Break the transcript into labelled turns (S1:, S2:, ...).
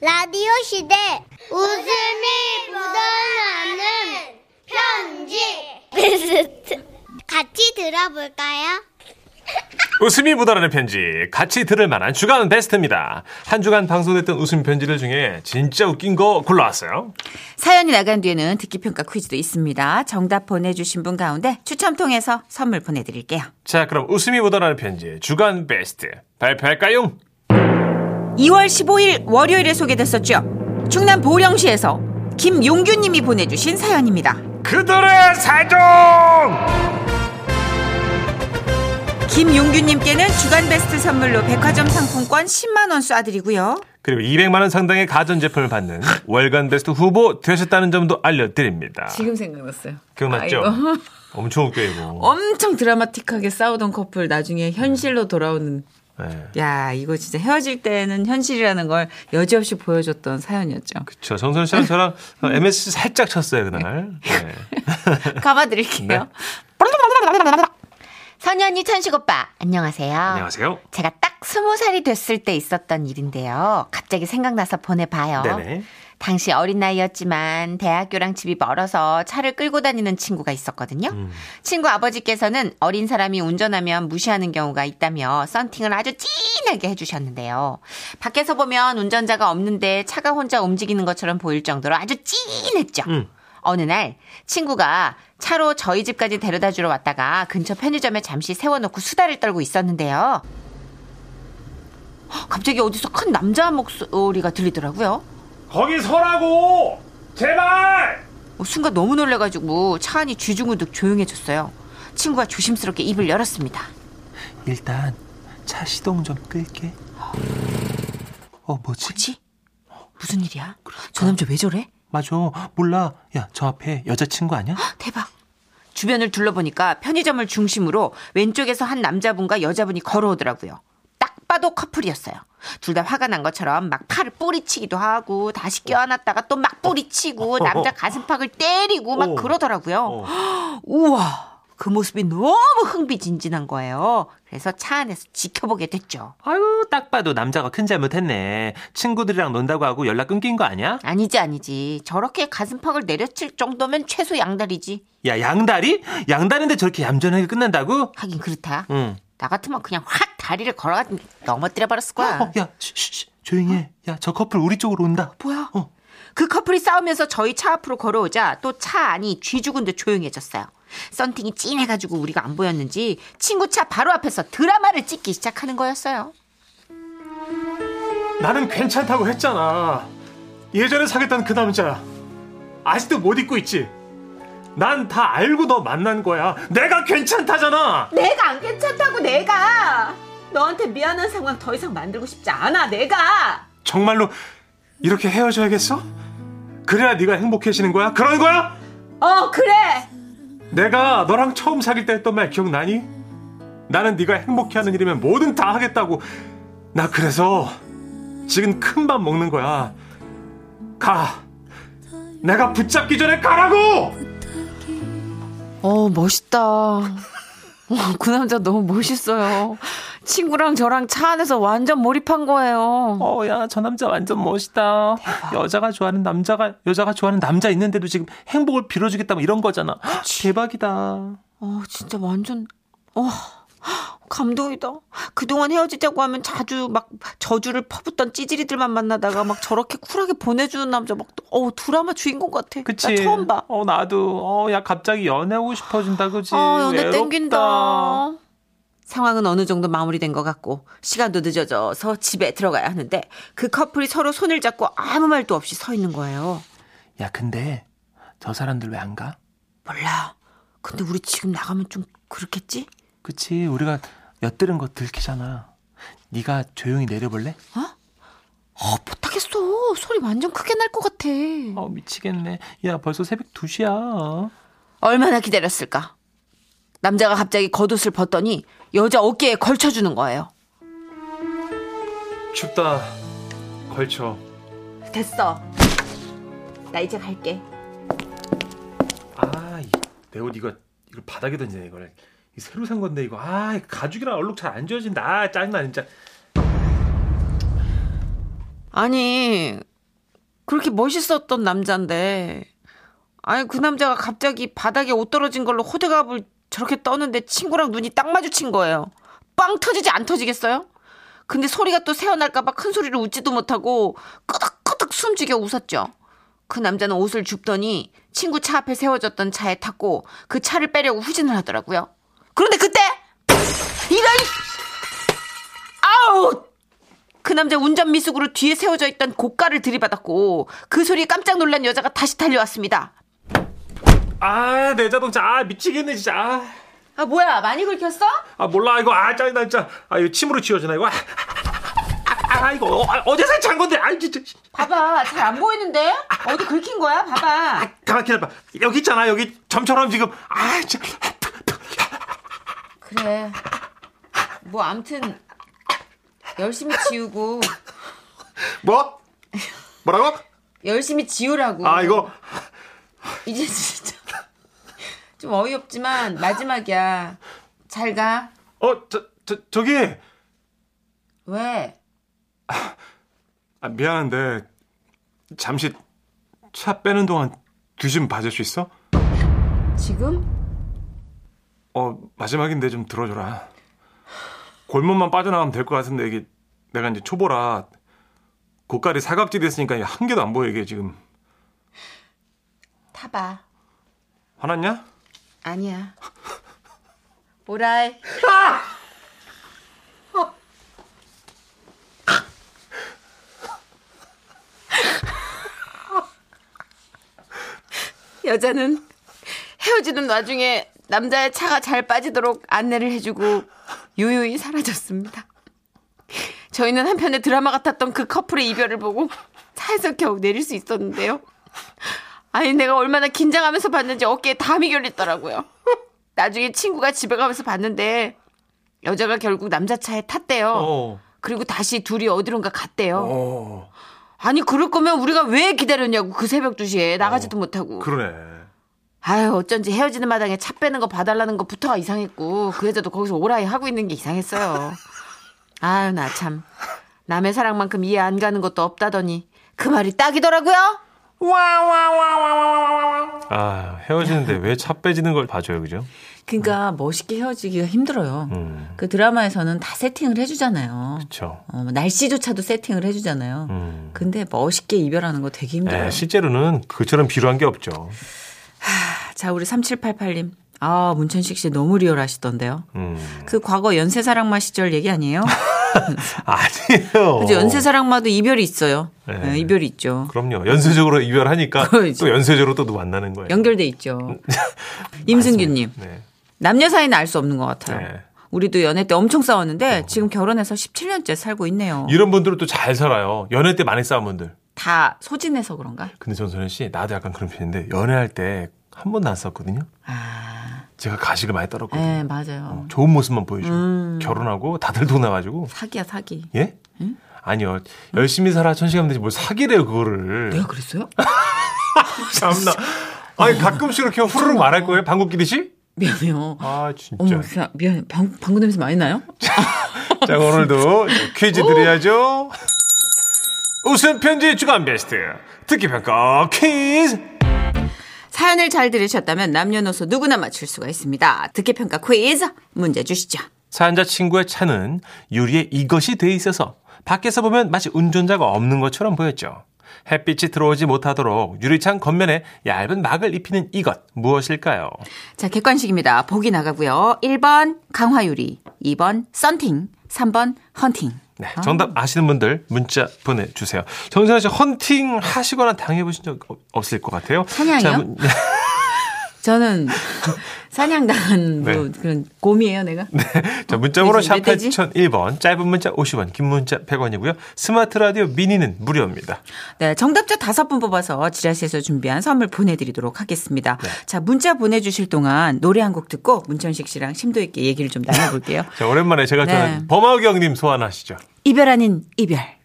S1: 라디오 시대 웃음이 묻어나는 편지 같이 들어볼까요?
S2: 웃음이 묻어나는 편지 같이 들을 만한 주간 베스트입니다. 한 주간 방송됐던 웃음 편지들 중에 진짜 웃긴 거 골라왔어요.
S3: 사연이 나간 뒤에는 듣기 평가 퀴즈도 있습니다. 정답 보내주신 분 가운데 추첨 통해서 선물 보내드릴게요.
S2: 자 그럼 웃음이 묻어나는 편지 주간 베스트 발표할까요?
S3: 2월 15일 월요일에 소개됐었죠. 충남 보령시에서 김용규님이 보내주신 사연입니다.
S2: 그들의 사정.
S3: 김용규님께는 주간 베스트 선물로 백화점 상품권 10만 원 쏴드리고요.
S2: 그리고 200만 원 상당의 가전 제품을 받는 월간 베스트 후보 되셨다는 점도 알려드립니다.
S3: 지금 생각났어요.
S2: 기억났죠?
S3: 아이고. 어?
S2: 엄청 웃겨 이거.
S3: 엄청 드라마틱하게 싸우던 커플 나중에 현실로 돌아오는
S2: 네.
S3: 야 이거 진짜 헤어질 때는 현실이라는 걸 여지없이 보여줬던 사연이었죠.
S2: 저 정선 씨랑 저랑
S3: 음.
S2: MS 살짝 쳤어요 그날. 네.
S3: 감아드릴게요.
S4: 선현이 천식 오빠, 안녕하세요.
S3: 아,
S2: 안녕하세요.
S4: 제가 딱 스무 살이 됐을 때 있었던 일인데요. 갑자기 생각나서 보내봐요.
S2: 네네.
S4: 당시 어린 나이였지만 대학교랑 집이 멀어서 차를 끌고 다니는 친구가 있었거든요. 친구 아버지께서는 어린 사람이 운전하면 무시하는 경우가 있다며 썬팅을 아주 진하게 해주셨는데요. 밖에서 보면 운전자가 없는데 차가 혼자 움직이는 것처럼 보일 정도로 아주 진했죠. 어느 날 친구가 차로 저희 집까지 데려다 주러 왔다가 근처 편의점에 잠시 세워놓고 수다를 떨고 있었는데요. 갑자기 어디서 큰 남자 목소리가 들리더라고요.
S2: 거기 서라고 제발.
S4: 어, 순간 너무 놀래가지고 차 안이 쥐중우득 조용해졌어요. 친구가 조심스럽게 입을 열었습니다.
S5: 일단 차 시동 좀 끌게. 어 뭐지?
S4: 뭐지? 무슨 일이야? 저 남자 왜 저래?
S5: 맞아 몰라. 야 저 앞에 여자친구 아니야?
S4: 대박. 주변을 둘러보니까 편의점을 중심으로 왼쪽에서 한 남자분과 여자분이 걸어오더라고요. 딱 봐도 커플이었어요. 둘 다 화가 난 것처럼 막 팔을 뿌리치기도 하고 다시 껴안았다가 또 막 뿌리치고 남자 가슴팍을 때리고 막 그러더라고요. 우와. 그 모습이 너무 흥미진진한 거예요. 그래서 차 안에서 지켜보게 됐죠.
S5: 아유 딱 봐도 남자가 큰 잘못했네. 친구들이랑 논다고 하고 연락 끊긴 거 아니야?
S4: 아니지 아니지. 저렇게 가슴팍을 내려칠 정도면 최소 양다리지.
S5: 야 양다리? 양다리인데 저렇게 얌전하게 끝난다고?
S4: 하긴 그렇다.
S5: 응.
S4: 나 같으면 그냥 확 다리를 걸어가 넘어뜨려 버렸을 거야.
S5: 어, 야 쉬, 쉬, 쉬, 조용히 해. 야 저 커플 우리 쪽으로 온다.
S4: 뭐야?
S5: 어.
S4: 그 커플이 싸우면서 저희 차 앞으로 걸어오자 또 차 안이 쥐죽은 듯 조용해졌어요. 썬팅이 찐해가지고 우리가 안 보였는지 친구 차 바로 앞에서 드라마를 찍기 시작하는 거였어요.
S6: 나는 괜찮다고 했잖아. 예전에 사귀었던 그 남자 아직도 못 잊고 있지. 난 다 알고 너 만난 거야. 내가 괜찮다잖아.
S3: 내가 안 괜찮다고 내가 너한테 미안한 상황 더 이상 만들고 싶지 않아 내가
S6: 정말로 이렇게 헤어져야겠어? 그래야 네가 행복해지는 거야. 그런 거야?
S3: 어 그래
S6: 내가 너랑 처음 사귈 때 했던 말 기억나니? 나는 네가 행복해하는 일이면 뭐든 다 하겠다고. 나 그래서 지금 큰 밥 먹는 거야. 가. 내가 붙잡기 전에 가라고.
S3: 어 멋있다 어, 그 남자 너무 멋있어요 친구랑 저랑 차 안에서 완전 몰입한 거예요
S5: 어 야 저 남자 완전 멋있다. 여자가 좋아하는 남자가 여자가 좋아하는 남자 있는데도 지금 행복을 빌어주겠다 뭐 이런 거잖아. 대박이다.
S3: 어 진짜 완전 어 감동이다 그동안 헤어지자고 하면 자주 막 저주를 퍼붓던 찌질이들만 만나다가 막 저렇게 쿨하게 보내주는 남자 막어 드라마 주인공 같아
S5: 그치?
S3: 나 처음 봐
S5: 어, 나도. 어, 야, 갑자기 연애하고 싶어진다, 그지?
S3: 아, 연애
S5: 외롭다.
S3: 땡긴다.
S4: 상황은 어느 정도 마무리된 것 같고 시간도 늦어져서 집에 들어가야 하는데 그 커플이 서로 손을 잡고 아무 말도 없이 서 있는 거예요.
S5: 야, 근데 저 사람들 왜 안 가?
S4: 몰라. 근데 우리 지금 나가면 좀 그렇겠지?
S5: 그치? 우리가 엿들은 거 들키잖아. 네가 조용히 내려볼래?
S4: 어, 못하겠어. 소리 완전 크게 날 것 같아.
S5: 어, 미치겠네. 야, 벌써 새벽 2시야.
S4: 얼마나 기다렸을까? 남자가 갑자기 겉옷을 벗더니 여자 어깨에 걸쳐주는 거예요.
S6: 춥다. 걸쳐.
S4: 됐어. 나 이제 갈게.
S6: 아, 내옷 이거 이거 바닥에 던지네 이거를. 이 새로 산 건데 이거. 아, 가죽이랑 얼룩 잘 안 지워진다. 아, 짜증나 진짜.
S4: 아니,
S3: 그렇게 멋있었던 남자인데 아니 그 남자가 갑자기 바닥에 옷 떨어진 걸로 호들갑을 저렇게 떠는데 친구랑 눈이 딱 마주친 거예요. 빵 터지지 안 터지겠어요? 근데 소리가 또 새어날까봐 큰 소리로 웃지도 못하고 끄덕끄덕 숨죽여 웃었죠. 그 남자는 옷을 줍더니 친구 차 앞에 세워졌던 차에 탔고 그 차를 빼려고 후진을 하더라고요. 그런데 그때 이런 아우 그 남자 운전 미숙으로 뒤에 세워져 있던 고가를 들이받았고 그 소리에 깜짝 놀란 여자가 다시 달려왔습니다.
S6: 아 내 자동차 아 미치겠네 진짜 아,
S3: 아 뭐야 많이 긁혔어?
S6: 아, 몰라 이거 아 짜증나 진짜 아 이거 침으로 지워지나 이거 아, 아, 아 이거 어, 아, 어제 산잔 건데 아 진짜
S3: 봐봐 잘 안 보이는데 어디 긁힌 거야? 봐봐.
S6: 가만 기다려봐 여기 있잖아 여기 점처럼 지금 아 진짜
S4: 그래. 뭐 암튼 열심히 지우고
S6: 뭐 뭐라고
S4: 열심히 지우라고.
S6: 아 이거
S4: 이제 진짜 좀 어이없지만 마지막이야. 잘 가.
S6: 어 저 저, 저기
S4: 왜?
S6: 아, 미안한데 잠시 차 빼는 동안 뒤 좀 봐줄 수 있어?
S4: 지금?
S6: 어 마지막인데 좀 들어줘라. 골문만 빠져나가면 될 것 같은데 이게 내가 이제 초보라 고깔이 사각지 됐으니까 이게 한 개도 안 보여 이게 지금
S4: 타봐.
S6: 화났냐?
S4: 아니야. 오라이. 여자는 헤어지는 와중에 남자의 차가 잘 빠지도록 안내를 해주고 유유히 사라졌습니다. 저희는 한편의 드라마 같았던 그 커플의 이별을 보고 차에서 겨우 내릴 수 있었는데요. 아니 내가 얼마나 긴장하면서 봤는지 어깨에 담이 결렸더라고요. 나중에 친구가 집에 가면서 봤는데 여자가 결국 남자 차에 탔대요.
S6: 어.
S4: 그리고 다시 둘이 어디론가 갔대요.
S6: 어
S4: 아니 그럴 거면 우리가 왜 기다렸냐고 그 새벽 2시에 나가지도 못하고.
S6: 그러네.
S4: 아유 어쩐지 헤어지는 마당에 차 빼는 거 봐달라는 것부터가 이상했고 그 여자도 거기서 오라이 하고 있는 게 이상했어요. 아유 나 참 남의 사랑만큼 이해 안 가는 것도 없다더니 그 말이 딱이더라고요.
S2: 아, 헤어지는데 왜 차 빼지는 걸 봐줘요, 그죠?
S7: 그러니까 멋있게 헤어지기가 힘들어요.
S2: 음,
S7: 그 드라마에서는 다 세팅을 해주잖아요.
S2: 그쵸.
S7: 네, 어, 뭐 날씨조차도 세팅을 해주잖아요.
S2: 음.
S7: 근데 멋있게 이별하는 거 되게 힘들어요.
S2: 예, 실제로는 그처럼 비루한 게 없죠.
S7: 자, 우리 3788님. 아, 문천식 씨 너무 리얼하시던데요.
S2: 음.
S7: 그 과거 연쇄사랑마 시절 얘기 아니에요?
S2: 아니에요.
S7: 그죠? 연쇄사랑마도 이별이 있어요.
S2: 어. 네.
S7: 네, 이별이 있죠.
S2: 그럼요. 연쇄적으로 이별하니까
S7: 그렇죠.
S2: 또 연쇄적으로 또 만나는 거예요.
S7: 연결돼 있죠. 임승규님.
S2: 음. 네.
S7: 남녀 사이는 알 수 없는 것 같아요.
S2: 네. 어.
S7: 우리도 연애 때 엄청 싸웠는데 지금 결혼해서 17년째 살고 있네요.
S2: 이런 분들은 또 잘 살아요. 연애 때 많이 싸운 분들.
S7: 다 소진해서 그런가?
S2: 근데 전소연 씨, 나도 약간 그런 편인데 연애할 때 한 번도 안 싸웠거든요.
S7: 아,
S2: 제가 가식을 많이 떨었거든요.
S7: 네, 맞아요.
S2: 좋은 모습만 보여주고
S7: 음.
S2: 결혼하고 다들 돈 나가지고
S7: 사기야, 사기.
S2: 예? 아니요. 열심히 살아 천시간 되지 뭘 사기래요 그거를.
S7: 내가 아, 그랬어요?
S2: 참나. 아니 가끔씩 그렇게 후루룩 말할 거예요 방귀 끼듯이?
S7: 미안해요.
S2: 아
S7: 어머,
S2: 진짜.
S7: 사- 미안해. 방, 방구 냄새 많이 나요?
S2: 자 오늘도 퀴즈
S7: 어?
S2: 드려야죠. 웃음 편지 주간 베스트 듣기 평가 퀴즈.
S7: 사연을 잘 들으셨다면 남녀노소 누구나 맞출 수가 있습니다. 듣기평가 퀴즈 문제 주시죠.
S2: 사연자 친구의 차는 유리에 이것이 돼 있어서 밖에서 보면 마치 운전자가 없는 것처럼 보였죠. 햇빛이 들어오지 못하도록 유리창 겉면에 얇은 막을 입히는 이것 무엇일까요?
S7: 자, 객관식입니다. 보기 나가고요. 1번 강화유리, 2번 썬팅, 3번 헌팅.
S2: 네, 정답 아시는 분들 문자 보내주세요. 정선아 씨 헌팅 하시거나 당해보신 적 없- 없을 것 같아요.
S7: 사냥이요?
S2: 문- 네,
S7: 저는 사냥당한 뭐
S2: 네.
S7: 그런 곰이에요, 내가.
S2: 자, 문자번호
S7: 그래서
S2: 샵
S7: 왜 되지?
S2: 8001번, 짧은 문자 50원, 긴 문자 100원이고요. 스마트 라디오 미니는 무료입니다.
S7: 네, 정답자 다섯 분 뽑아서 지라시에서 준비한 선물 보내드리도록 하겠습니다. 자, 문자 보내주실 동안 노래 한 곡 듣고 문천식 씨랑 심도 있게 얘기를 좀 나눠볼게요.
S2: 자, 오랜만에 제가
S7: 네.
S2: 저는 범하경님 소환하시죠.
S7: 이별 아닌 이별.